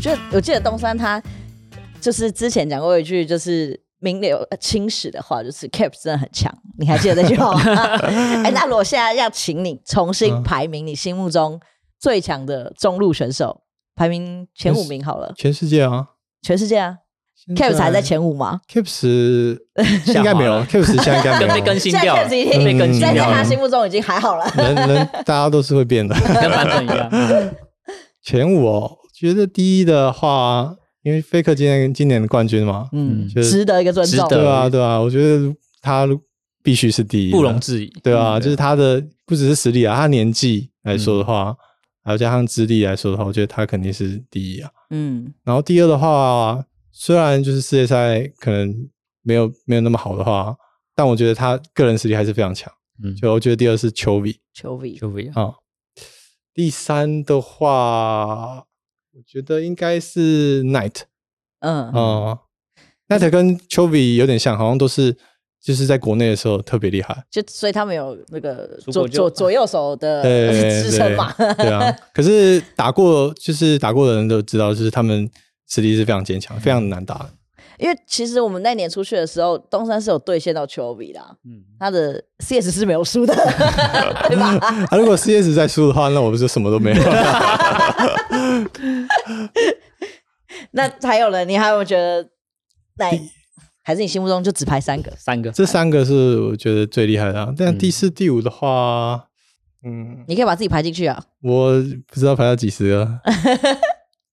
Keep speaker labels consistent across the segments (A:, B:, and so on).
A: 觉得我记得东山他就是之前讲过一句就是名流呃青史的话，就是 Caps 真的很强，你还记得那句 话吗？哎、那如果现在要请你重新
B: 嗯
A: 排名你心目中最强的中路选手，排名前五名好了，
B: 全世界啊
A: 全世界啊
B: 现
A: ，Caps 还在前五吗？
B: ，Caps
C: 下滑
B: 应该没有
C: 了
B: ，Caps 现在应该
C: 跟
B: 没
C: 被
B: 有
C: 更
B: 了，
C: 新掉了，
A: 嗯现在 Caps 已经
C: 被更新
A: 但在
C: 掉
A: 他
C: 了，
A: 心目中已经还好了。
B: 人人大家都是会变的。
C: 跟版本一样。
B: 前五哦，觉得第一的话，因为菲克今年今年的冠军嘛，
A: 嗯，
B: 就是
A: 值得一个尊重。
C: 值
B: 对
C: 得
B: 啊对啊，我觉得他必须是第一的，
C: 不容置疑。
B: 对啊，
C: 嗯
B: 就是他的不只是实力啊，他年纪来说的话，还有加上资历来说的话，我觉得他肯定是第一啊。
A: 嗯
B: 然后第二的话，虽然就是世界赛可能没有没有那么好的话，但我觉得他个人实力还是非常强。
C: 嗯，
B: 就我觉得第二是丘比
A: 球 V
C: 就不一样。
B: 啊，第三的话，我觉得应该是 Knight
A: 嗯
B: 啊、n i g h t 跟丘比有点像，好像都是就是在国内的时候特别厉害。
A: 就所以他们有那个
C: 出
A: 左
C: 国就
A: 左左右手的
B: 对
A: 呃支撑嘛。
B: 对对 啊，可是打过就是打过的人都知道，就是他们实力是非常坚强，非常难打的。
A: 因为其实我们那年出去的时候，东山是有兑现到球 V 啦，
C: 嗯，
A: 他的 CS 是没有输的， 对吧？
B: 啊，如果 CS 再输的话，那我不是什么都没有了。
A: 那还有人，你还有没有觉得那还是你心目中就只排三个？
C: 三个，
B: 这三个是我觉得最厉害的、啊，但
C: 嗯
B: 第四、第五的话，嗯，
A: 你可以把自己排进去啊。
B: 我不知道排到几 十个。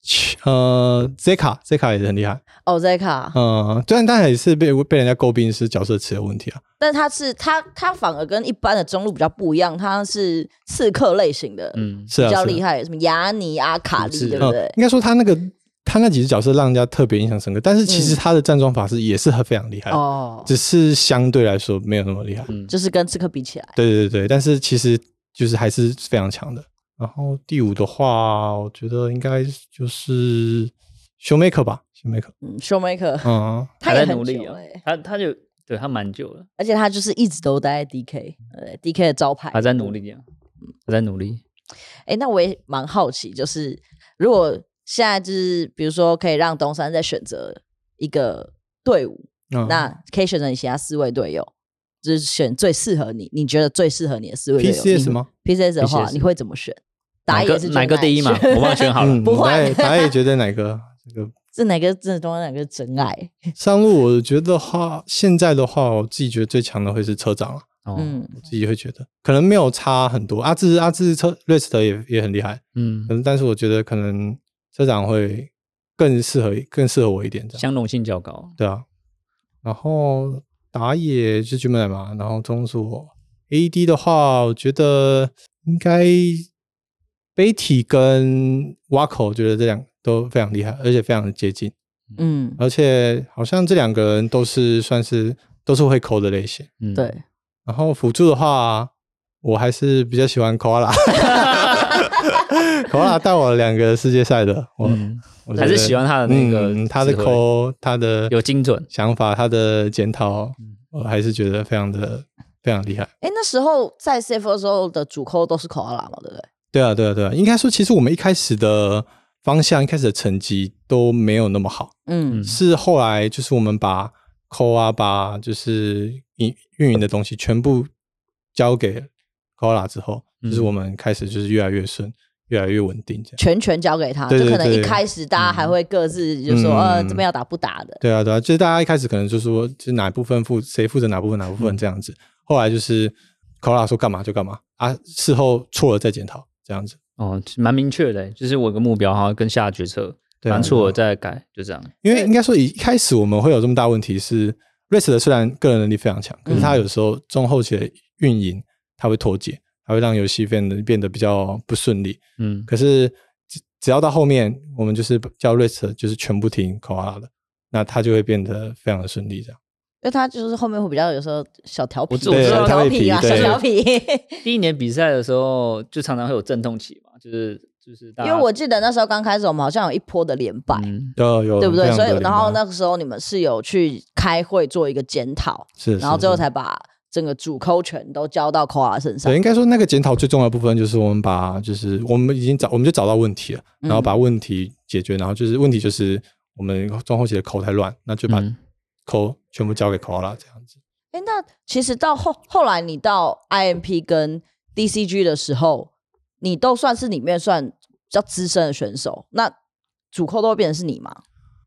B: 去呃，Zeka Zeka 也是很厉害，
A: 哦 z 卡，
B: 嗯，虽然他也是被被人家诟病是角色池的问题啊，
A: 但他是他他反而跟一般的中路比较不一样，他是刺客类型的，
C: 嗯，
B: 是啊，
A: 比较
B: 是啊
A: 厉害，什么雅尼、阿卡丽，
C: 是哦
A: 对
C: 的
A: 不对
B: 嗯？应该说他那个他那几只角色让人家特别印象深刻，但是其
A: 嗯
B: 实他的站桩法是也是很非常
C: 哎
B: 厉害的，
A: 哦，
B: 只是相对来说没有那么厉害。
C: 嗯，
A: 就是跟刺客比起来，
B: 对对对，但是其实就是还是非常强的。然后第五的话，我觉得应该就是熊 maker 吧，熊 maker，
A: 嗯，Showmaker
B: 嗯，
A: 他
C: 哦还
A: 也
C: 在
A: 很
C: 努力
A: 久
C: 啊
A: 哎、欸，
C: 他他就对他蛮久了，
A: 而且他就是一直都待在 DK，呃，DK 的招牌
C: 还在努。力啊，
A: 嗯
C: 还在努力。
A: 哎、那我也蛮好奇，就是如果现在就是比如说可以让东山再选择一个队伍，
B: 嗯
A: 那可以选择你其他四位队友，就是选最适合你，你觉得最适合你的四位队友。
B: PCS 吗？
A: ？PCS 的话，
C: PCS
A: 你会怎么选？打
C: 哪
A: 野
C: 个
A: 是
C: 哪个第一嘛？我帮你选好了。
B: 嗯，
A: 不
B: 打
A: 会
B: 野打野觉得哪个？这个
A: 这哪个真的东山哪个是真爱？
B: 上路，我觉得话现在的话，我自己觉得最强的会是车长啊，
C: 哦
A: 嗯，
B: 我自己会觉得可能没有差很多。阿志阿志车 r e s t 也也很厉害，
C: 嗯
B: 可，能但是我觉得可能车长会更适合更适合我一点这样。
C: 相容性较高。
B: 对啊，然后打野是 Gmail 嘛，然后中路 AD 的话，我觉得应该 Betty 跟 Waco，我觉得这两个都非常厉害，而且非常的接近，
A: 嗯，
B: 而且好像这两个人都是算是都是会抠的类型。
C: 嗯，
A: 对，
B: 然后辅助的话，我还是比较喜欢 Koala。Koala 带我两个世界赛的，我、
C: 嗯，
B: 我觉
C: 还是
B: 得
C: 喜欢他的那个
B: 嗯、他的
C: 指挥
B: 抠，他的
C: 有精准。
B: 想法，他的检讨
C: 嗯，
B: 我还是觉得非常的非常厉害。
A: 哎、那时候在 CFO 时候的主扣都是 k o a l a 嘛，对不对？
B: 对啊，对啊，对啊，应该说，其实我们一开始的方向、一开始的成绩都没有那么好，
A: 嗯
C: 嗯
B: 是后来就是我们把扣啊，把就是运运营的东西全部交给 Cola 之后，
C: 嗯
B: 就是我们开始就是越来越顺，越来越稳定这样。
A: 全权交给他，
B: 对
A: 就
B: 对
A: 可能一
B: 对
A: 开始大
C: 嗯
A: 家还会各自就说，
B: 嗯
A: 呃，这边要打不打的，
B: 对啊，对啊，就是大家一开始可能就说，就是哪部分负谁负责哪部分哪部分这样子，后来就是 Cola 说干嘛就干嘛啊，事后错了再检讨这样子。
C: 哦，蛮明确的，就是我有个目标，然后跟下决策，
B: 对啊
C: 犯错了再改，就这样。
B: 因为应该说，一一开始我们会有这么大问题是瑞士的虽然个人能力非常强，可是他有时候中后期的运营他会脱节，他会让游戏变得变得比较不顺利。
C: 嗯
B: 可是只只要到后面，我们就是叫瑞士就是全部停 c o a l 的，那他就会变得非常的顺利。这样
A: 因为他就是后面会比较有时候小调皮，
C: 我知我知道
A: 小
C: 他
A: 调
B: 会
A: 皮啊，
B: 皮
A: 小
B: 对
A: 调皮。
C: 第一年比赛的时候，就常常会有阵痛期嘛，就是就是大
A: 因
C: 家
A: 为我记得那时候刚开始，我们好像有一波的连败，
C: 嗯
B: 有啊有
A: 对不对？
B: 非常
A: 所
B: 的
A: 以
B: 灵
A: 然后
B: 感
A: 那个时候你们是有去开会做一个检讨，
B: 是，
A: 然后
B: 是
A: 最后
B: 是
A: 才把整个主扣权都交到 k o a 身上
B: 对，。应该说那个检讨最重要的部分就是我们把就是我们已经找我们就找到问题了，然后把问题解决，然后就是问题就是我们中后期的口太乱，那就把
C: 嗯
B: 口全部交给 k o a 这样子。
A: 哎，那其实到后后来你到 IMP 跟 DCG 的时候，你都算是里面算比较资深的选手，那主扣都会变成是你吗？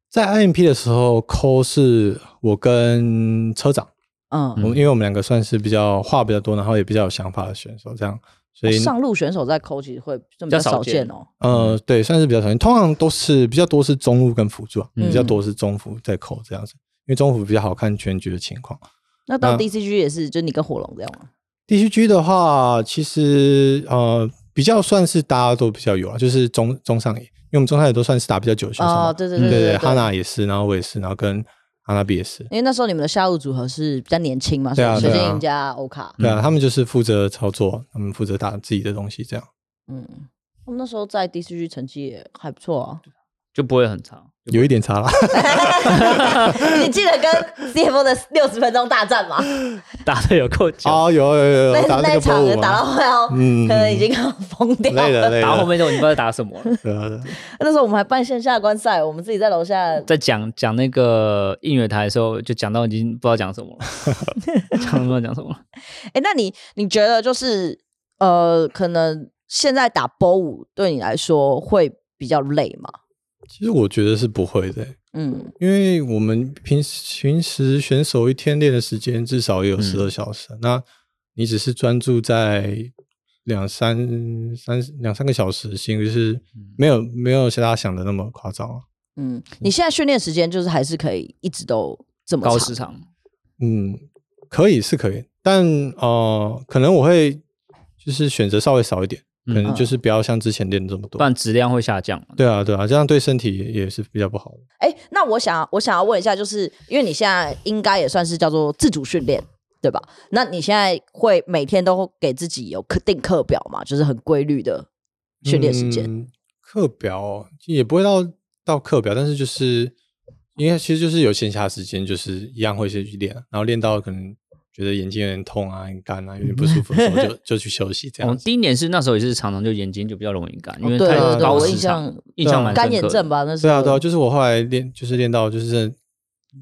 B: 在 IMP 的时候，call 是我跟车长，
A: 嗯，
B: 我们因为我们两个算是比较话比较多，然后也比较有想法的选手，这样，所以
A: 哦上路选手在扣其实会这么
C: 较
A: 比较
C: 少
A: 少见
C: 见
A: 哦。
B: 呃，对，算是比较常见。通常都是比较多是中路跟辅助啊，
C: 嗯
B: 比较多是中辅在扣这样子，因为中辅比较好看全局的情况。
A: 那到
B: 那
A: DCG 也是，就你跟火龙这样吗？
B: DCG 的话，其实呃比较算是大家都比较有啊，就是中中上野，因为我们中上野都算是打比较久的选手嘛。
A: 哦，对对
B: 嗯对
A: 对
B: 对
A: 对
B: 哈娜也是，然后我也是，然后跟阿娜比也是。
A: 因为那时候你们的下路组合是比较年轻嘛，
B: 对啊
A: 水
B: 对啊
A: 晶加欧卡，
B: 对啊，他们就是负责操作，他们负责打自己的东西，这样。
A: 嗯，他们那时候在 DCG 成绩也还不错 啊。
C: 就不会很长。
B: 有一点 差啦，
A: 你记得跟 CFO 的六十分钟大战吗？
C: 打的有够久，
B: 哦，有有有
A: 那
B: 有，打
A: 那
B: 那
A: 一
B: 个波
A: 场
B: 舞
A: 打到
B: 嘛，
A: 快要，
B: 嗯
A: 可能已经要疯掉
B: 累了
A: 了。
B: 累了，
C: 打到后面就已经不知道打什 么了。
B: 对啊，对啊
A: 那时候我们还办线下观赛，我们自己在楼下
C: 在讲讲那个音乐台的时候，就讲到已经不知道讲什么 了，讲不知道讲什么了。
A: 哎、那你你觉得就是呃，可能现在打 BO 舞对你来说会比较累吗？
B: 其实我觉得是不会的、
A: 嗯，
B: 因为我们平时平时选手一天练的时间至少也有
C: 嗯
B: 十二小时，那你只是专注在两三三两三个小时，其实是
C: 嗯
B: 没有没有像大家想的那么夸张啊。
A: 嗯，你现在训练时间就是还是可以一直都这么
C: 高
A: 长
C: 市场，
B: 嗯，可以是可以，但呃，可能我会就是选择稍微少一点，可能
C: 嗯，
B: 就是不要像之前练的这么多。
C: 不然质量会下降。
B: 对啊，对啊，这样对身体也也是比较不好的。
A: 哎、那我想我想要问一下，就是因为你现在应该也算是叫做自主训练，对吧？那你现在会每天都给自己有课定课表嘛？就是很规律的训练时间。
B: 嗯课、表也不会到到课表，但是就是因为其实就是有闲暇时间，就是一样会先去练，然后练到可能觉得眼睛有点痛啊、很干啊、有点不舒服的时候，
C: 嗯
B: 就就去休息 这
C: 我
B: 样
C: 们
B: 子。
C: 第一年是那时候也是常常就眼睛就比较容易干，因
A: 哦
C: 为
A: 对
C: 太
A: 对对，
C: 高
A: 我印
C: 市场，
A: 象
C: 印象蛮深刻的
A: 干眼症？吧，那是
B: 对啊，
C: 哦
B: 对啊，就是我后来练，就是练到就是真的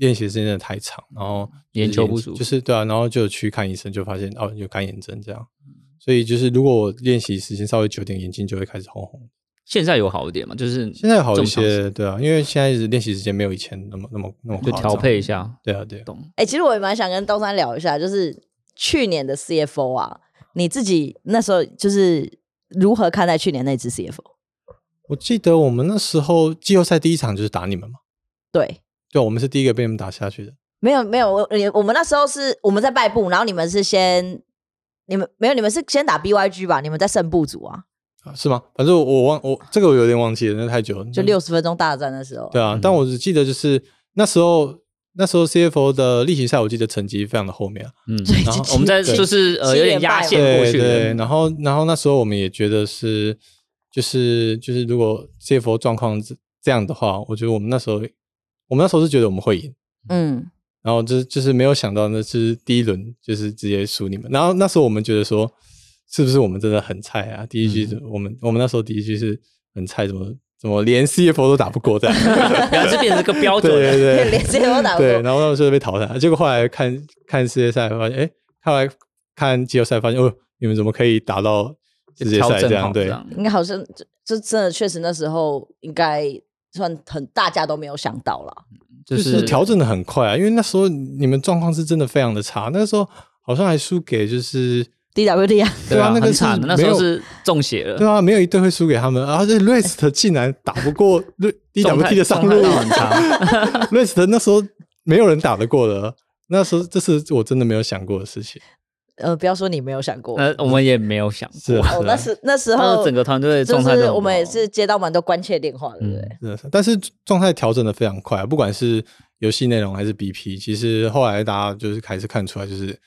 B: 练习时间真的太长，然后就是
C: 眼球不舒服
B: 就是对啊，然后就有去看医生，就发现哦有干眼症这样。
C: 嗯
B: 所以就是如果我练习时间稍微久点，眼睛就会开始红红。
C: 现在有好一点嘛，就是
B: 现在好一
C: 正常时
B: 些，对啊，因为现在练习时间没有以前那么那么那么
C: 就
B: 夸
C: 调
B: 张
C: 配一下。
B: 对啊，对啊，
C: 懂，
A: 哎、其实我也蛮想跟东山聊一下，就是去年的 CFO 啊，你自己那时候就是如何看待去年那支 CFO？
B: 我记得我们那时候季后赛第一场就是打你们嘛，
A: 对，
B: 对，啊我们是第一个被你们打下去的。
A: 没有没有，我你我们那时候是我们在败部，然后你们是先你们没有，你们是先打 BYG 吧？你们在胜部组啊，
B: 啊是吗？反正我我忘我这个我有点忘记了，那太久了。
C: 嗯
A: 就六十分钟大战的时候。
B: 对啊，但我只记得就是那时候那时候 CFO 的例行赛，我记得成绩非常的后面 啊，
C: 嗯，
A: 对，
B: 然后
A: 就
C: 我们在
A: 七
C: 就是呃
A: 七
C: 有点
A: 连败
C: 压
A: 嘛
C: 线过
B: 对
C: 去
B: 对。
C: 了，
B: 然后然后那时候我们也觉得是就是就是如果 CFO 状况这这样的话，我觉得我们那时候我们那时候是觉得我们会赢。
A: 嗯，
B: 然后就是就是没有想到那是第一轮就是直接输你们，然后那时候我们觉得说是不是我们真的很菜啊？第一局是
C: 嗯
B: 我们、我们那时候第一局是很菜，怎么怎么连 CFO 都打不过 这样？
C: 然后这变成一个标
B: 对
C: 准，
B: 对对
A: 连 CFO 打不
B: 对，
A: 过。
B: 然后那时候被淘汰，结果后来看看世界赛发现，哎，后来看季后赛发现，哦，你们怎么可以打到世界
C: 调
B: 赛这
C: 整
B: 样？
C: 好这
B: 对，
C: 样。
A: 应该好像就就真的确实那时候应该算很大家都没有想到啦。
C: 就
B: 就是
C: 是
B: 调整的很快啊，因为那时候你们状况是真的非常的差，那时候好像还输给就是。
A: DWD 啊，
B: 对啊，那个
C: 很
B: 是
C: 惨的，那
B: 没
C: 时
B: 有
C: 候是中邪了
B: 对，啊，没有一队会输给他们，而且 Rest 竟然打不过瑞 DWT 的上路
C: 哎状态很差，
B: ，Rest 那时候没有人打得过的，那时候这是我真的没有想过的事情。
A: 呃，不要说你没有想过，哦
C: 那我们也没有想
B: 是
C: 过
B: 啊，
A: 哦，那时那时
C: 呃那时
A: 候
C: 候整个团队的
A: 就
C: 状态都
A: 是
C: 很
A: 我们也
C: 不好
A: 是接到蛮多关切电话的，对不对？
B: 真的是啊但是状态调整的非常快，不管是游戏内容还是 BP，其实后来大家就是还是看出来，就是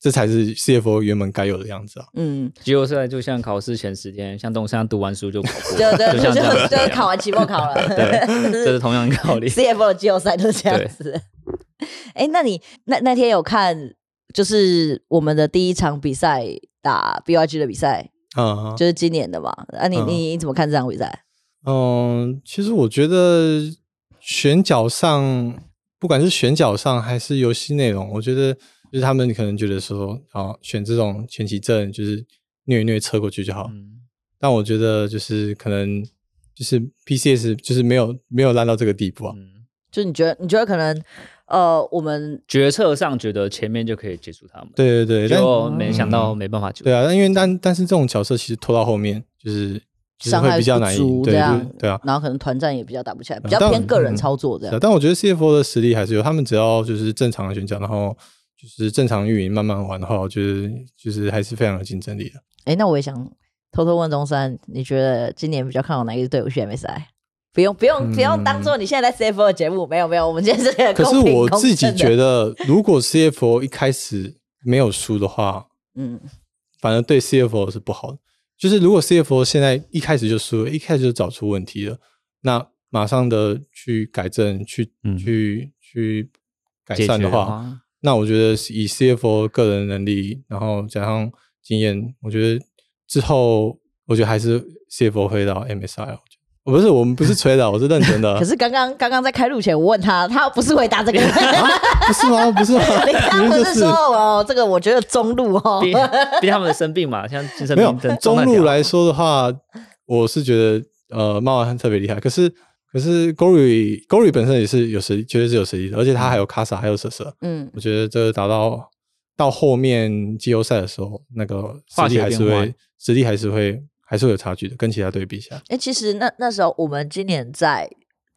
B: 这才是 CFO 原本该有的样子啊。
A: 嗯，
C: 季后赛就像考试前十天，像东山读完书就考过，
A: 就就
C: 像这样
A: 就就
C: 子
A: 是考完期末考了，
C: 对这是同样的道理。
A: CFO 的季后赛都是这样子。哎，那你那那天有看就是我们的第一场比赛打 BYG 的比赛，
B: 啊，
A: 就是今年的嘛。啊你，
B: 嗯
A: 你你怎么看这场比赛？
B: 嗯，其实我觉得选角上，不管是选角上还是游戏内容，我觉得就是他们可能觉得说，啊，选这种前期阵就是虐一虐车过去就好。
C: 嗯，
B: 但我觉得就是可能就是 PCS 就是没有没有烂到这个地步啊。
C: 嗯
A: 就你觉得，你觉得可能，呃，我们
C: 决策上觉得前面就可以结束他们，，
B: 对对对，但
C: 就没想到没办法结束。
B: 对啊，但因为但但是这种角色其实拖到后面就是就是
A: 伤
B: 会
A: 害
B: 比较
A: 不
B: 难赢，
A: 足
B: 对
A: 这样
B: 对对啊。
A: 然后可能团战也比较打不起来，比较
B: 但
A: 偏个人
B: 嗯
A: 操作这样
B: 对。但我觉得 CFO 的实力还是有，他们只要就是正常的选角，然后就是正常运营慢慢玩的话，我觉得就是还是非常有竞争力的。
A: 哎、那我也想偷偷问中山，你觉得今年比较看好哪一支队伍去 MSI？不用不用不用，当做你现在在 CFO 的节目，没有没有，我们今天是个
B: 嗯可是
A: 公平
B: 我自己觉，
A: 公正的
B: 得，如果 CFO 一开始没有输的话，
A: 嗯，
B: 反而对 CFO 是不好的。就是如果 CFO 现在一开始就输了，一开始就找出问题了，那马上的去改正、去、
C: 嗯
B: 去去改
C: 解
B: 善
C: 决
B: 的话，
C: 话，
B: 那我觉得以 CFO 个人能力，然后加上经验，我觉得之后我觉得还是 CFO 会到 MSI 了。我觉得哦不是，我们不是吹的，我是认真的。啊
A: 可是刚刚刚刚在开录前，我问他，他不是回答这 个，
B: 不是吗？不是 吗？
A: 你刚
B: 明明
A: 不
B: 就是
A: 说哦，这个我觉得中路 哦，
C: 逼 逼他们生病嘛，像精神
B: 没
C: 病
B: 有
C: 等
B: 中路
C: 来
B: 来说的话，我是觉得呃，猫王特别厉害。可是可是 Gory Gory 本身也是有实力，绝对是有实力的，而且他还有卡萨，还有蛇蛇。
A: 嗯，
B: 我觉得这个打到到后面季后赛的时候，那个实
C: 化
B: 力
C: 学
B: 还是
C: 变化
B: 会实力还是会还是会有差距的，跟其他对比一下。
A: 哎、其实那那时候我们今年在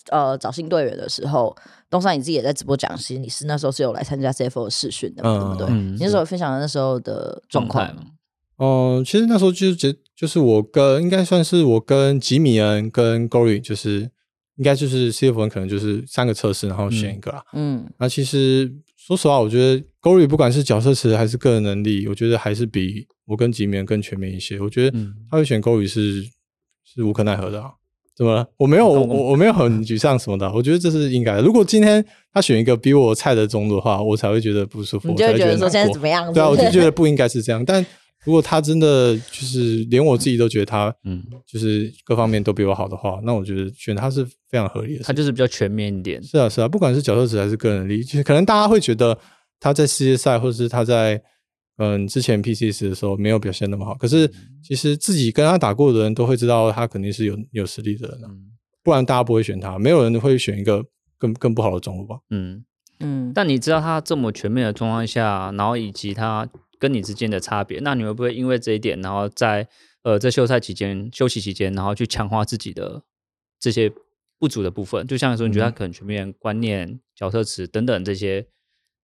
A: 呃找新队员的时候，东山你自己也在直播讲，其实你是那时候是有来参加 CFO 的试训的嘛，对不对？
C: 嗯
A: 你那时候有分享那时候的状况吗，
C: 嘛，
B: 嗯、其实那时候就是觉就是我跟应该算是我跟吉米恩跟 Gory 就是应该就是 CF 可能就是三个测试，然后选一个啦。啊
A: 嗯。
B: 那其实说实话，我觉得 Gory 不管是角色池还是个人能力，我觉得还是比我跟吉棉更全面一些。我觉得
C: 嗯
B: 他会选 Gory 是是无可奈何的、啊。怎么了？我没有，我我我没有很沮丧什么的啊。我觉得这是应该的。如果今天他选一个比我菜的中路的话，我才会觉得不舒服，
A: 你
B: 我
A: 就
B: 才
A: 会
B: 会
A: 觉得
B: 难
A: 说现在
B: 过
A: 怎么样？
B: 对啊，我
A: 是
B: 就
A: 不是
B: 觉得不应该是这样。但如果他真的就是连我自己都觉得他
C: 嗯，
B: 就是各方面都比我好的话，那我觉得选他是非常合理的事情。
C: 他就是比较全面一点，
B: 是啊，是啊，不管是角色值还是个人能力，就是可能大家会觉得他在世界赛或者是他在嗯之前 PCS 的时候没有表现那么好，可是其实自己跟他打过的人都会知道他肯定是有有实力的人、啊，
C: 嗯
B: 不然大家不会选他，没有人会选一个更更不好的中路吧？
C: 嗯。
A: 嗯，
C: 但你知道他这么全面的状况下，然后以及他跟你之间的差别，那你会不会因为这一点，然后在呃在休赛期间、休息期间，然后去强化自己的这些不足的部分？就像说，你觉得他可能全面观念、角色词等等这些，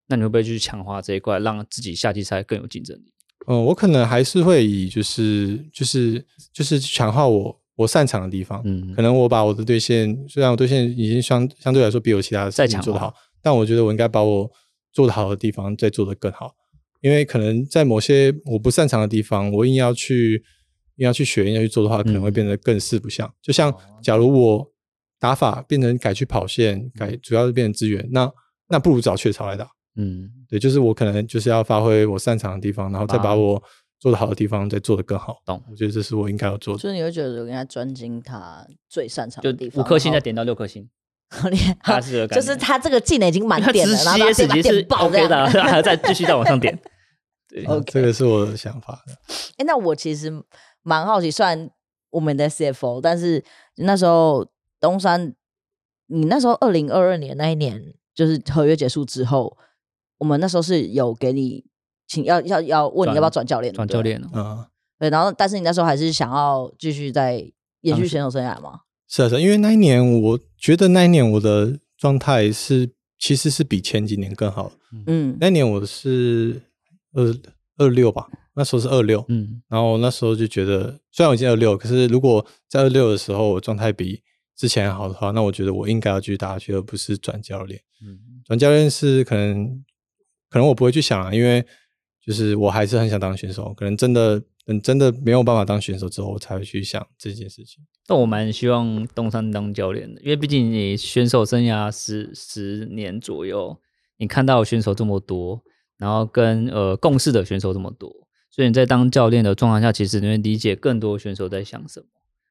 C: 那你会不会去强化这一块，让自己夏季赛更有竞争力？
B: 嗯，我可能还是会以就是就是就是强化我我擅长的地方，
C: 嗯
B: 可能我把我的对线，虽然我对线已经相相对来说比我其他的
C: 再
B: 事情
C: 强
B: 做得
C: 化
B: 好，但我觉得我应该把我做得好的地方再做得更好，因为可能在某些我不擅长的地方，我硬要去硬要去学，硬要去做的话，可能会
C: 嗯哦
B: 变得更四不像。就像假如我打法变成改去跑线，改主要是变成支援，那那不如找雀巢来打。
C: 嗯，
B: 对，就是我可能就是要发挥我擅长的地方，然后再
C: 啊
B: 把我做的好的地方再做得更好。
C: 懂
B: 我觉得这是我应该要做的。
A: 所以你会觉得我应该专精他最擅长
C: 就
A: 的地方，
C: 五颗星再
A: 在
C: 点到六颗星，
A: 好厉害
C: 大，致的概
A: 就
C: 念
A: 是他这个技能已经满
C: 因为
A: 点
C: 直
A: 了，然后把
C: CS
A: 把
C: 其实
A: 点
C: 是
A: 爆这
C: OK
A: 样
C: 的，啊还要再继续再往上点。对，
B: 嗯
A: OK
B: 这个是我的想法。
A: 哎、那我其实蛮好奇，虽然我们在 CFO，但是那时候东山，你那时候二零二二年那一年，就是合约结束之后，我们那时候是有给你请要要要问你
C: 转
A: 要不要转教练，对啊
C: 转
A: 不
C: 教
A: 对
C: 练了，
B: 嗯，
A: 对，然后但是你那时候还是想要继续在延续
C: 当时
A: 选手生涯嘛？
B: 是啊，是啊，因为那一年我觉得那一年我的状态是其实是比前几年更好。
A: 嗯，
B: 那年我是二二六吧，那时候是二六，
C: 嗯，
B: 然后那时候就觉得，虽然我已经二六，可是如果在二六的时候我状态比之前好的话，那我觉得我应该要继续打下去，而不是转教练。
C: 嗯
B: 转教练是可能可能我不会去想啊，因为就是我还是很想当选手，可能真的等真的没有办法当选手之后，我才会去想这件事情。
C: 但我蛮希望东山当教练的，因为毕竟你选手生涯十十年左右，你看到的选手这么多，然后跟呃共事的选手这么多，所以你在当教练的状况下，其实你会理解更多选手在想什么，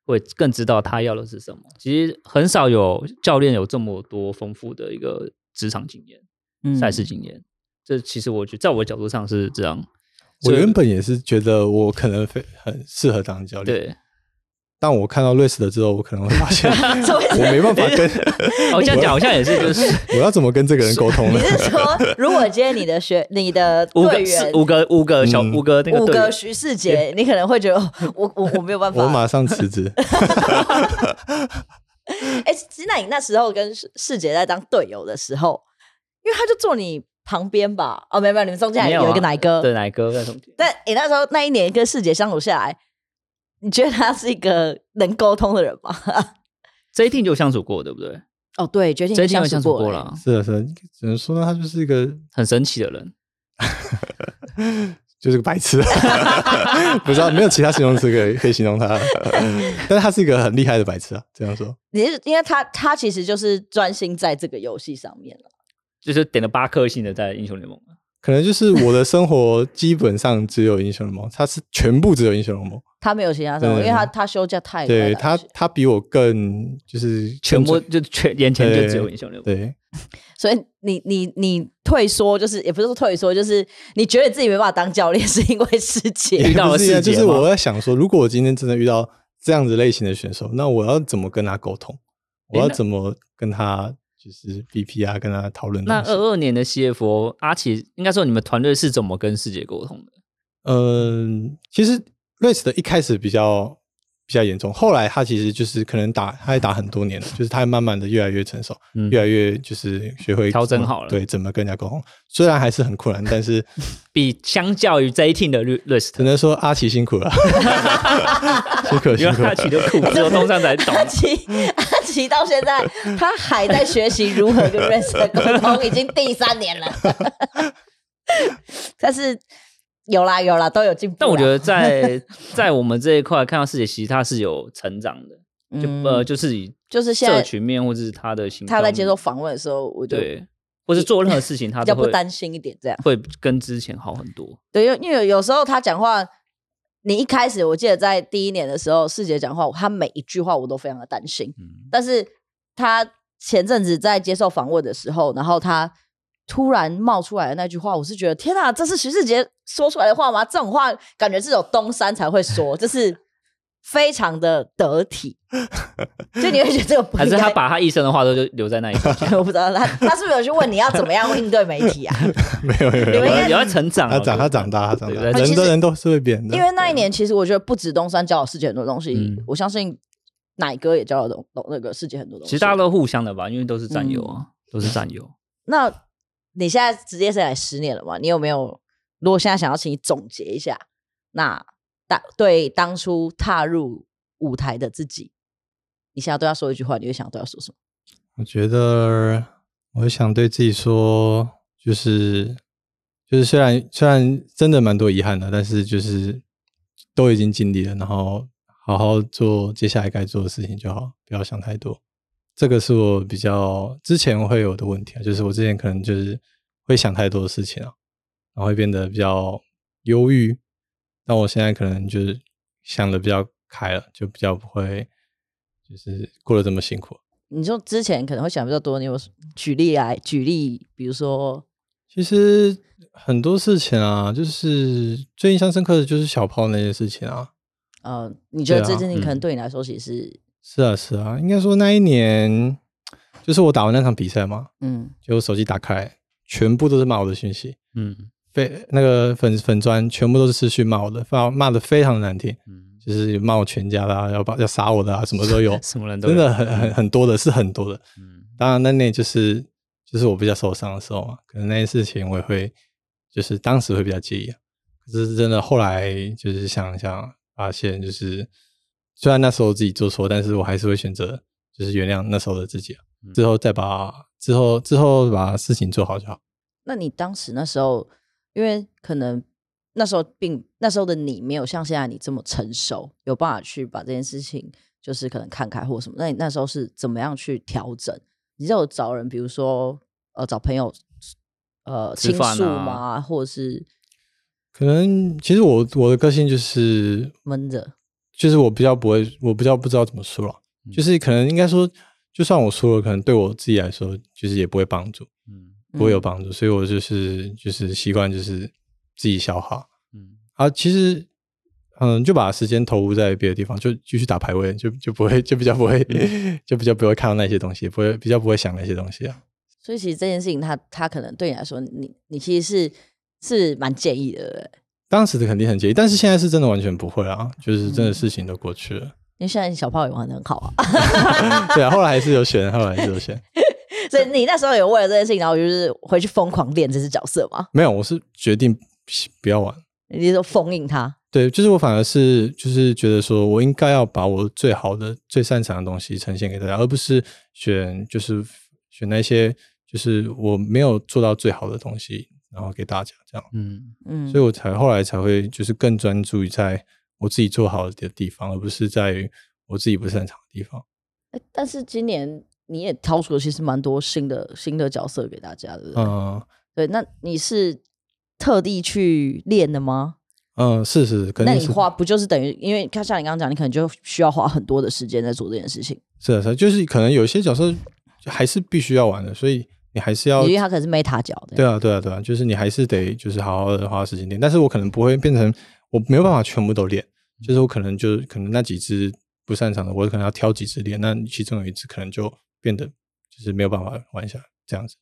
C: 会更知道他要的是什么。其实很少有教练有这么多丰富的一个职场经验、
A: 嗯
C: 赛事经验。这其实我觉得，在我的角度上是这样。
B: 我
C: 所以
B: 原本也是觉得我可能非很适合当教练，
C: 对，
B: 但我看到瑞士的之后，我可能会发 现
A: 什么意思
B: 我没办法 跟，
C: 哦，这样讲好像也是就是
B: 我要怎么跟这个人沟通
A: 你
B: 呢？
A: 是说，如果今天你的学、你的
C: 五个
A: 队员
C: 是五个五个小
B: 嗯
C: 五个那个
A: 五
C: 队
A: 个
C: 员，
A: 徐世杰，你可能会觉得哦我我我没有办
B: 我
A: 法。
B: 马上辞 职。
A: 哎，其实那你那时候跟世世杰在当队友的时候，因为他就坐你旁边吧？哦，没有没有，你们中间还
C: 没有
A: 有一
C: 啊
A: 个奶哥。
C: 对奶哥在什么？
A: 但你那时候那一年跟世杰相处下来，你觉得他是一个能沟通的人吗？
C: 这一定就相处过，对不对？
A: 哦，对，决定
C: 这一定有相处过
A: 过了。
C: 了，
B: 是的，是的，只能说呢，他就是一个
C: 很神奇的人。
B: 就是个白痴， 不知道没有其他形容词可以可以形容他， 但是他是一个很厉害的白痴啊，这样说。
A: 你是因为他他其实就是专心在这个游戏上面了。
C: 就是点了八颗星的在英雄联盟，
B: 可能就是我的生活基本上只有英雄联盟，他是全部只有英雄联盟。
A: 他没有其他什么，啊因
B: 对
A: 为他他休假太
B: 对
A: 快了
B: 他，他比我更就是
C: 全部就全眼前就只有英雄联盟。
B: 对，
A: 所以你你你退缩，就是也不是说退缩，就是你觉得自己没办法当教练，是因为师姐
C: 遇到了
B: 不是啊
C: 世杰
B: 就是
C: 吗
B: 我在想说，如果我今天真的遇到这样子类型的选手，那我要怎么跟他沟通？我要
C: 那
B: 怎么跟他就是 BP 啊，跟他讨论东
C: 那
B: 西？
C: 二二年的 CFO 阿奇，应该说你们团队是怎么跟世界沟通的？
B: 嗯，其实 Race 的一开始比较比较严重，后来他其实就是可能打，他也打很多年了，就是他慢慢的越来越成熟，
C: 嗯
B: 越来越就是学会
C: 调整
B: 怎么
C: 好了
B: 对，怎么跟人家沟通。虽然还是很困难，但是
C: 比相较于 J Team 的 List，
B: 只能说阿奇辛苦 了， 辛苦了
C: 因
B: 辛
C: 为
B: 苦了
C: 阿。奇的苦只有通上才懂
A: 阿。奇，阿奇到现在他还在学习如何跟 Race 的沟通，已经第三年了。 但是有啦有啦，都有进步啦。
C: 但我觉得在在我们这一块看到世界，其实他是有成长的，就
A: 嗯
C: 呃就是以
A: 就是现
C: 社
A: 在
C: 群面或者是他的行动，
A: 他在接受访问的时候，我就比
C: 对，或是做任何事 情他
A: 较
C: 都
A: 不
C: 会
A: 担心一点这样。
C: 会跟之前好很多。
A: 对，因为因为有时候他讲话，你一开始我记得在第一年的时候，世杰讲话，他每一句话我都非常的担心。
C: 嗯，
A: 但是他前阵子在接受访问的时候，然后他突然冒出来的那句话，我是觉得天啊，这是徐世杰说出来的话吗？这种话感觉只有东山才会说，就是非常的得体，就你会觉得这个不
C: 还
A: 应
C: 是
A: 该
C: 他把他一生的话都就留在那里。
A: 我不知道他他是不是有去问你要怎么样应对媒体啊？
B: 没有没有没
A: 你
B: 有
A: 们，应该
C: 有要成长
B: 他
C: 哦，
B: 长
C: 对
B: 他长大他长大，
C: 对在
B: 人
A: 其
B: 的
A: 实
B: 人都是会变的。
A: 因为那一年，其实我觉得不止东山教了世界很多东西，
C: 嗯
A: 我相信奶哥也教了东东那个世界很多东西。
C: 其实大家都互相的吧，因为都是战友
A: 嗯
C: 啊，都是战友。
A: 那你现在职业生涯十年了嘛？你有没有？如果现在想要请你总结一下，那当对当初踏入舞台的自己，你现在对他说一句话，你会想对他说什么？
B: 我觉得我想对自己说，就是就是虽然虽然真的蛮多遗憾的，但是就是都已经尽力了，然后好好做接下来该做的事情就好，不要想太多。这个是我比较之前会有的问题啊，就是我之前可能就是会想太多的事情啊，然后会变得比较忧郁。但我现在可能就是想的比较开了，就比较不会就是过得这么辛苦。
A: 你就之前可能会想比较多，你有举例来举例，比如说，
B: 其实很多事情啊，就是最印象深刻的就是小泡那件事情啊。
A: 呃，你觉得
B: 对
A: 这
B: 啊
A: 件事情可能
C: 嗯
A: 对你来说其实是，
B: 是啊，是啊，应该说那一年就是我打完那场比赛嘛，
A: 嗯
B: 就我手机打开，全部都是骂我的讯息，
C: 嗯
B: 被那个粉粉砖全部都是私讯骂我的，骂骂的非常难听，
C: 嗯，，
B: 就是骂我全家的、啊，要把要杀我的啊，什么都有
C: 什么人都有
B: 真的很很很多的，是很多的。
C: 嗯
B: 当然那年就是就是我比较受伤的时候嘛，可能那件事情我也会就是当时会比较介意、啊，可是真的后来就是想一想，发现就是虽然那时候自己做错，但是我还是会选择就是原谅那时候的自己、啊，
C: 嗯
B: 之后再把之后之后把事情做好就好。
A: 那你当时那时候，因为可能那时候并那时候的你没有像现在你这么成熟，有办法去把这件事情就是可能看开或什么。那你那时候是怎么样去调整？你是有找人，比如说呃找朋友呃
C: 吃
A: 倾
C: 饭啊
A: 诉吗，或者是
B: 可能其实我我的个性就是
A: 闷着？
B: 就是我比较不会，我比较不知道怎么说了，就是可能应该说，就算我说了，可能对我自己来说，就是也不会帮助，
C: 嗯
B: 不会有帮助，所以我就是就是习惯就是自己消化
C: 嗯
B: 啊。其实，嗯，就把时间投入在别的地方，就继续打排位，就就不会就比较不会 就比较不会看到那些东西，不会比较不会想那些东西啊。
A: 所以其实这件事情它，它可能对你来说，你你其实是是蛮建议的，对不对？
B: 当时的肯定很介意，但是现在是真的完全不会啊，就是真的事情都过去了。
A: 因为现在小炮也玩的很好啊，
B: 对啊，后来还是有选，后来还是有选。
A: 所以你那时候有为了这件事情，然后就是回去疯狂练这只角色嘛？
B: 没有，我是决定不要玩。
A: 你就封印它，
B: 对，就是我反而是就是觉得说我应该要把我最好的、最擅长的东西呈现给大家，而不是选就是选那些就是我没有做到最好的东西，然后给大家这样。
C: 嗯
A: 嗯，
B: 所以我才后来才会就是更专注于在我自己做好的地方，而不是在于我自己不擅长的地方。
A: 欸但是今年你也挑出了其实蛮多新的新的角色给大家，对不对？
B: 嗯
A: 对，那你是特地去练的吗？
B: 嗯，是是，肯
A: 那
B: 定
A: 你
B: 是
A: 花不就是等于，因为看像你刚刚讲，你可能就需要花很多的时间在做这件事情，
B: 是啊的，是的就是可能有些角色还是必须要玩的，所以你还是要
A: 因为它可能是 meta 角的，
B: 哦对啊，对啊，对啊，就是你还是得就是好好的花时间练，但是我可能不会变成我没有办法全部都练，就是我可能就可能那几只不擅长的，我可能要挑几只练，那其中有一只可能就变得就是没有办法玩下来这样子。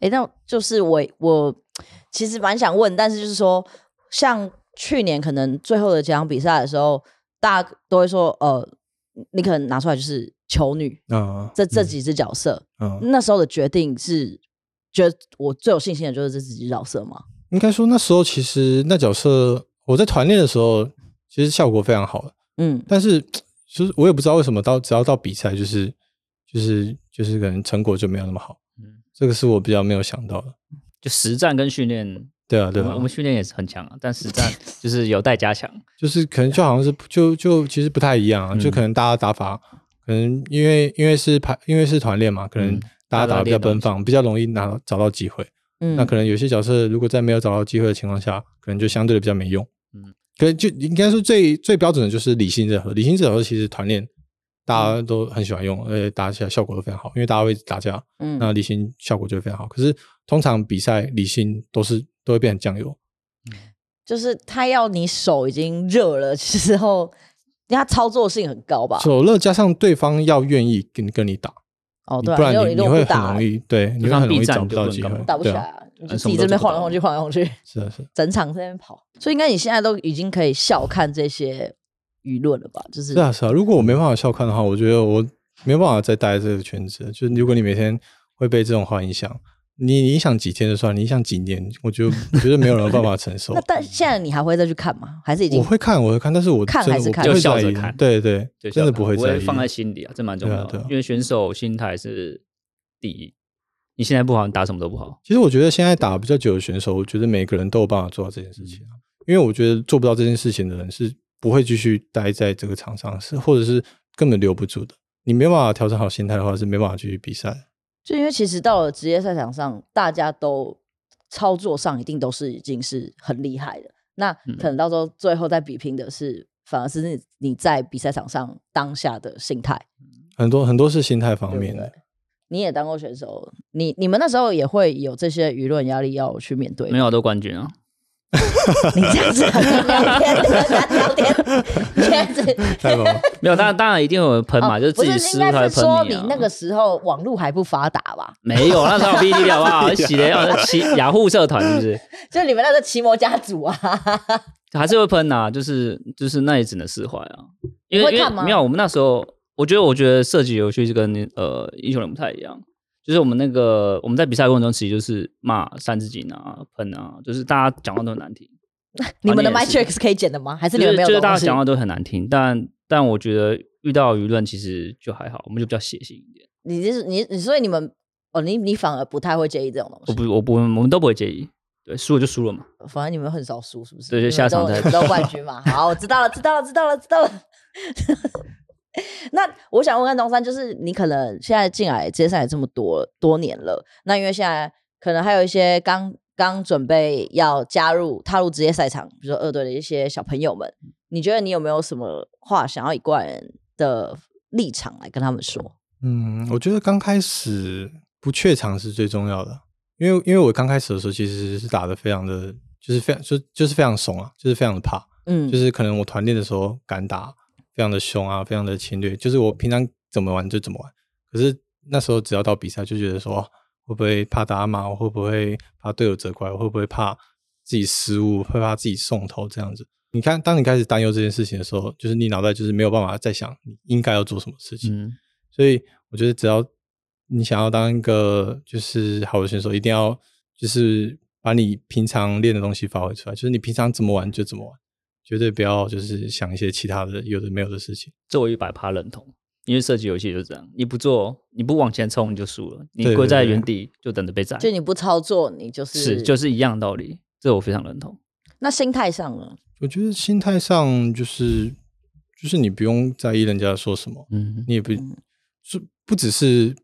A: 哎，那就是我我其实蛮想问，但是就是说，像去年可能最后的几场比赛的时候，大家都会说，呃，你可能拿出来就是球女
B: 啊，
A: 这这几只角色，
B: 嗯，嗯
A: 那时候的决定是觉得我最有信心的就是这几只角色嘛。
B: 应该说那时候其实那角色我在团练的时候，其实效果非常好，
A: 嗯，
B: 但是就是我也不知道为什么到只要到比赛就是就是就是可能成果就没有那么好，
C: 嗯，
B: 这个是我比较没有想到的。
C: 就实战跟训练，
B: 对啊，对
C: 我
B: 啊，
C: 们我们训练也是很强啊，但实战就是有待加强。
B: 就是可能就好像是就就其实不太一样啊，
C: 嗯
B: 就可能大家打法，可能因为因为是排因为是团练嘛，可能
C: 嗯
B: 大家打
C: 大家
B: 的比较
C: 练到
B: 奔放，比较容易拿到找到机会。
A: 嗯
B: 那可能有些角色如果在没有找到机会的情况下，可能就相对的比较没用。嗯
C: 嗯，
B: 可能就应该说最最标准的就是理性整合，理性整合其实团练大家都很喜欢用，而且打起来效果都非常好，因为大家会一直打架，
A: 嗯
B: 那理性效果就会非常好。可是通常比赛理性都是都会变成酱油，
A: 就是他要你手已经热了之后，因为他操作性很高吧？
B: 手热加上对方要愿意跟跟你打。
A: 哦，
B: 你
A: 对、啊，
B: 不然
A: 因为
B: 你
A: 如果
B: 你会
A: 不
B: 很
A: 打
B: 容，易对，你
C: 就
B: 会
C: 像
B: 很容
C: 避
B: 易
C: 战
B: 找
C: 就
B: 到
C: 不能
B: 机
C: 干
B: 会
C: 嘛，
A: 打不起
B: 对
A: 来
B: 啊，
A: 啊，你就自己这边晃来晃去，晃来晃去。
B: 是啊的，是的，
A: 整场在那边跑，所以应该你现在都已经可以笑看这些舆论了吧？就是
B: 是啊，是啊。如果我没办法笑看的话，我觉得我没有办法再待在这个圈子了。就是如果你每天会被这种话影响，你你影响几天就算，你影响几年，我觉得我觉得没有人有办法承 受
A: 那。但现在你还会再去看吗？还是已经
B: 我会看，我会看，但是我
A: 看
B: 真
A: 还
B: 的
A: 是
B: 我
A: 看
B: 不会
C: 就笑
B: 在
C: 着
B: 意
C: 看
B: 对对
C: 就，
B: 真的
C: 像
B: 不会
C: 不
B: 在
C: 会
B: 意，
C: 放在心里啊，这蛮重
B: 对啊
C: 要
B: 对
C: 的
B: 啊，
C: 因为选手心态是第一。你现在不好，你打什么都不好。
B: 其实我觉得现在打比较久的选手，我觉得每个人都有办法做到这件事情啊。因为我觉得做不到这件事情的人是不会继续待在这个场上，是或者是根本留不住的。你没办法调整好心态的话，是没办法继续比赛的。
A: 就因为其实到了职业赛场上，大家都操作上一定都是已经是很厉害的，那
C: 嗯
A: 可能到时候最后再比拼的是，反而是你你在比赛场上当下的心态。
B: 很多很多是心态方面
A: 对
B: 的
A: 不，你也当过选手，你你们那时候也会有这些舆论压力要去面对吗
C: 没。有都冠军啊，
A: 你这 样子很难聊天，很难聊天，你这样子
B: 太棒了！
C: 没有，当然当然一定有喷嘛，
A: 哦
C: 就是
A: 不
C: 自
A: 是
C: 己失
A: 应
C: 误
A: 该
C: 才会
A: 是
C: 喷
A: 说
C: 啊。
A: 那个时候网络还不发达吧？
C: 没有，那时候 PPT 好不
A: 哎
C: 好？洗的要洗雅虎社团是不是？
A: 就你们那个奇摩家族啊，
C: 还是会喷啊，就是就是那也只能释怀啊，因为
A: 你会
C: 因
A: 看
C: 为
A: 吗
C: 没有我们那时候，我觉得我觉得射击游戏是跟呃英雄联盟不太一样，就是我们那个我们在比赛过程中，其实就是骂三字经啊、喷啊，就是大家讲话都很难听，
A: 你们的
C: 啊你也
A: My
C: 是
A: Tricks 可以剪的吗？还是你
C: 就是
A: 们没有这
C: 就是
A: 种
C: 大
A: 东
C: 家
A: 西？
C: 讲话都很难听，但但我觉得遇到舆论其实就还好，我们就比较血腥一点，
A: 你就是你你，所以你们哦，你你反而不太会介意这种东
C: 我
A: 西，
C: 不我不我们都不会介意，对，输了就输了嘛，
A: 反正你们很少输，是不是？
C: 对就下场
A: 你
C: 再
A: 们都你们都冠军 嘛。好，我知道了，知道了，知道了，知道了。 那我想问看东山，就是你可能现在进来职业赛也这么多多年了，那因为现在可能还有一些刚刚准备要加入踏入职业赛场，比如说二队的一些小朋友们，你觉得你有没有什么话想要以过来人的立场来跟他们说？
B: 嗯，我觉得刚开始不怯场是最重要的，因为因为我刚开始的时候其实是打的非常的，就是非常就就是非常怂啊，就是非常的怕，
A: 嗯，
B: 就是可能我团练的时候敢打，非常的凶啊，非常的侵略，就是我平常怎么玩就怎么玩。可是那时候只要到比赛，就觉得说哦会不会怕打码，我会不会怕队友责怪，我会不会怕自己失误，会怕自己送头这样子。你看，当你开始担忧这件事情的时候，就是你脑袋就是没有办法再想你应该要做什么事情。
C: 嗯
B: 所以我觉得只要你想要当一个就是好的选手，一定要就是把你平常练的东西发挥出来，就是你平常怎么玩就怎么玩，绝对不要就是想一些其他的有的没有的事情。
C: 这我一百趴认同，因为射击游戏就是这样，你不做，你不往前冲，你就输了，你
B: 对
C: 跪
B: 对
C: 在
B: 对
C: 原地就等着被宰。
A: 就你不操作，你就是
C: 是就是一样道理，这我非常认同。
A: 那心态上呢？
B: 我觉得心态上就是就是你不用在意人家说什么，
C: 嗯，
B: 你也不
A: 嗯
B: 就不只是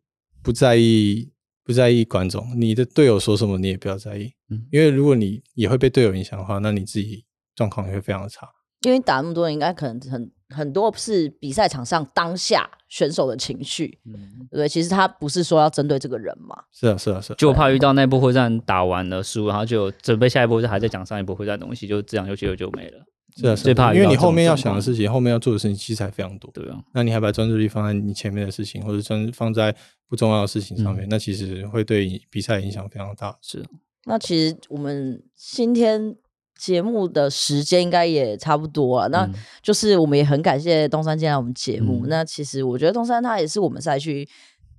B: 不在意不在意观众，你的队友说什么你也不要在意，
C: 嗯
B: 因为如果你也会被队友影响的话，那你自己状况也会非常的差。
A: 因为打那么多人，应该可能很很多是比赛场上当下选手的情绪，
C: 嗯
A: 对不对？其实他不是说要针对这个人嘛，
B: 是啊，是啊，是啊。
C: 就怕遇到那一波会战打完了输，然后就准备下一波就还在讲上一波会战的东西，就这样游戏就没了，
B: 是啊，是啊
C: 最怕
B: 因
C: 遇
B: 为
C: 到
B: 你
C: 这种
B: 后面要
C: 状
B: 想的
C: 况
B: 事情，后面要做的事情其实还非常多。
C: 对啊，
B: 那你还把专注力放在你前面的事情，或者专放在不重要的事情上
C: 嗯
B: 面，那其实会对你比赛影响非常大。
C: 是
A: 那其实我们今天节目的时间应该也差不多了，那
C: 嗯
A: 就是我们也很感谢东山进来我们节目。
C: 嗯
A: 那其实我觉得东山他也是我们赛区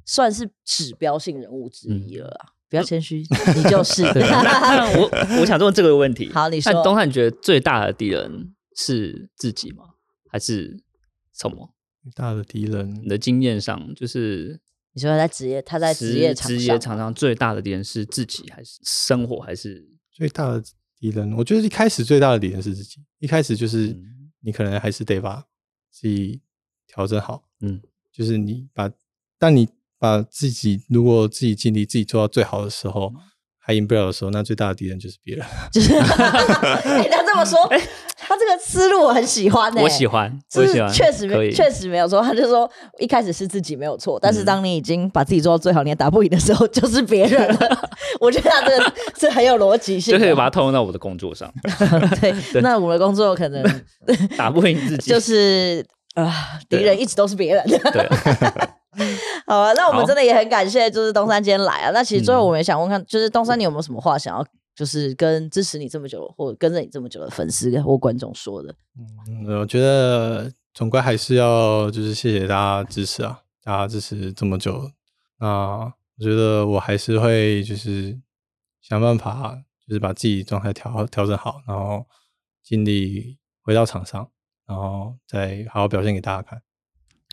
A: 算是指标性人物之一了啦，不要谦 虚，你就是。
C: 嗯对啊。那那我我想问这个问 题，
A: 好你说
C: 那东汉你觉得最大的敌人是自己吗？还是什么？
B: 大的敌
C: 你
B: 人，
C: 的经验上，就是
A: 你说他在职业，他在职业场
C: 职
A: 上
C: 业场上最大的敌人是自己，还是生活，还是
B: 最大的敌人，我觉得一开始最大的敌人是自己。一开始就是
C: 嗯
B: 你可能还是得把自己调整好，
C: 嗯
B: 就是你把，但你把自己如果自己尽力自己做到最好的时候，
C: 嗯
B: 还赢不了的时候，那最大的敌人就是别人。
A: 就是， 欸、他这么说，他这个思路我很喜欢呢、
C: 哎我喜欢，我
A: 是
C: 喜欢，
A: 确实
C: 可
A: 没
C: 以，嗯
A: 确实没有错，他就说一开始是自己没有错，但是当你已经把自己做到最好，你也打不赢的时候，就是别人 了。我觉得他这个是很有逻辑性
C: 就
A: 的，
C: 可以把它套用到我的工作上，
A: 对，那我们的工作可能
C: 打不赢自 己
A: 就。 是啊，敌人一直都是别人。
C: 对， 啊
A: 好啊，那我们
C: 好嗯
A: 真的也很感谢，就是东山今天来啊。那其实最后我们也想问看，就是东山你有没有什么话想要，就是跟支持你这么久或跟着你这么久的粉丝或观众说的？
B: 嗯，我觉得总归还是要就是谢谢大家支持啊，大家支持这么久，那我觉得我还是会就是想办法，就是把自己状态调调整好，然后尽力回到场上，然后再好好表现给大家看。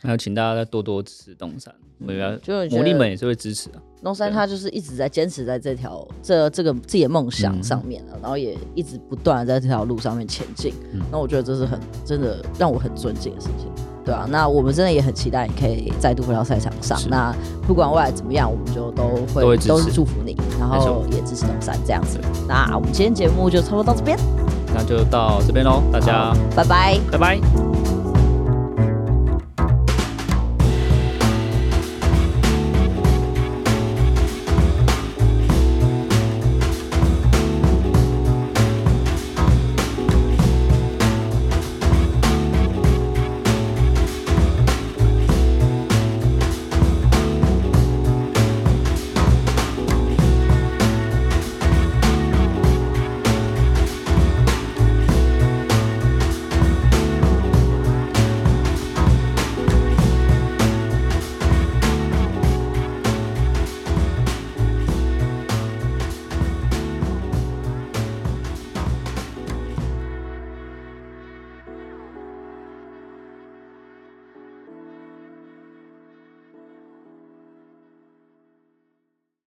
C: 还有请大家再多多支持东山，我们要
A: 嗯就我觉得
C: 魔力们也是会支持的。
A: 东山
C: 对
A: 他就是一直在坚持在这条这这个自己的梦想
C: 嗯
A: 上面啊，然后也一直不断的在这条路上面前进。
C: 嗯
A: 那我觉得这是很真的让我很尊敬的事情，对啊。那我们真的也很期待你可以再度回到赛场上。
C: 是
A: 那不管未来怎么样，我们就都会
C: 都会支持
A: 都是祝福你，然
C: 没
A: 后
C: 错
A: 也支持东山这样子。那我们今天节目就差不多到这边，
C: 那就到这边喽，大家
A: 拜拜。
C: 拜拜。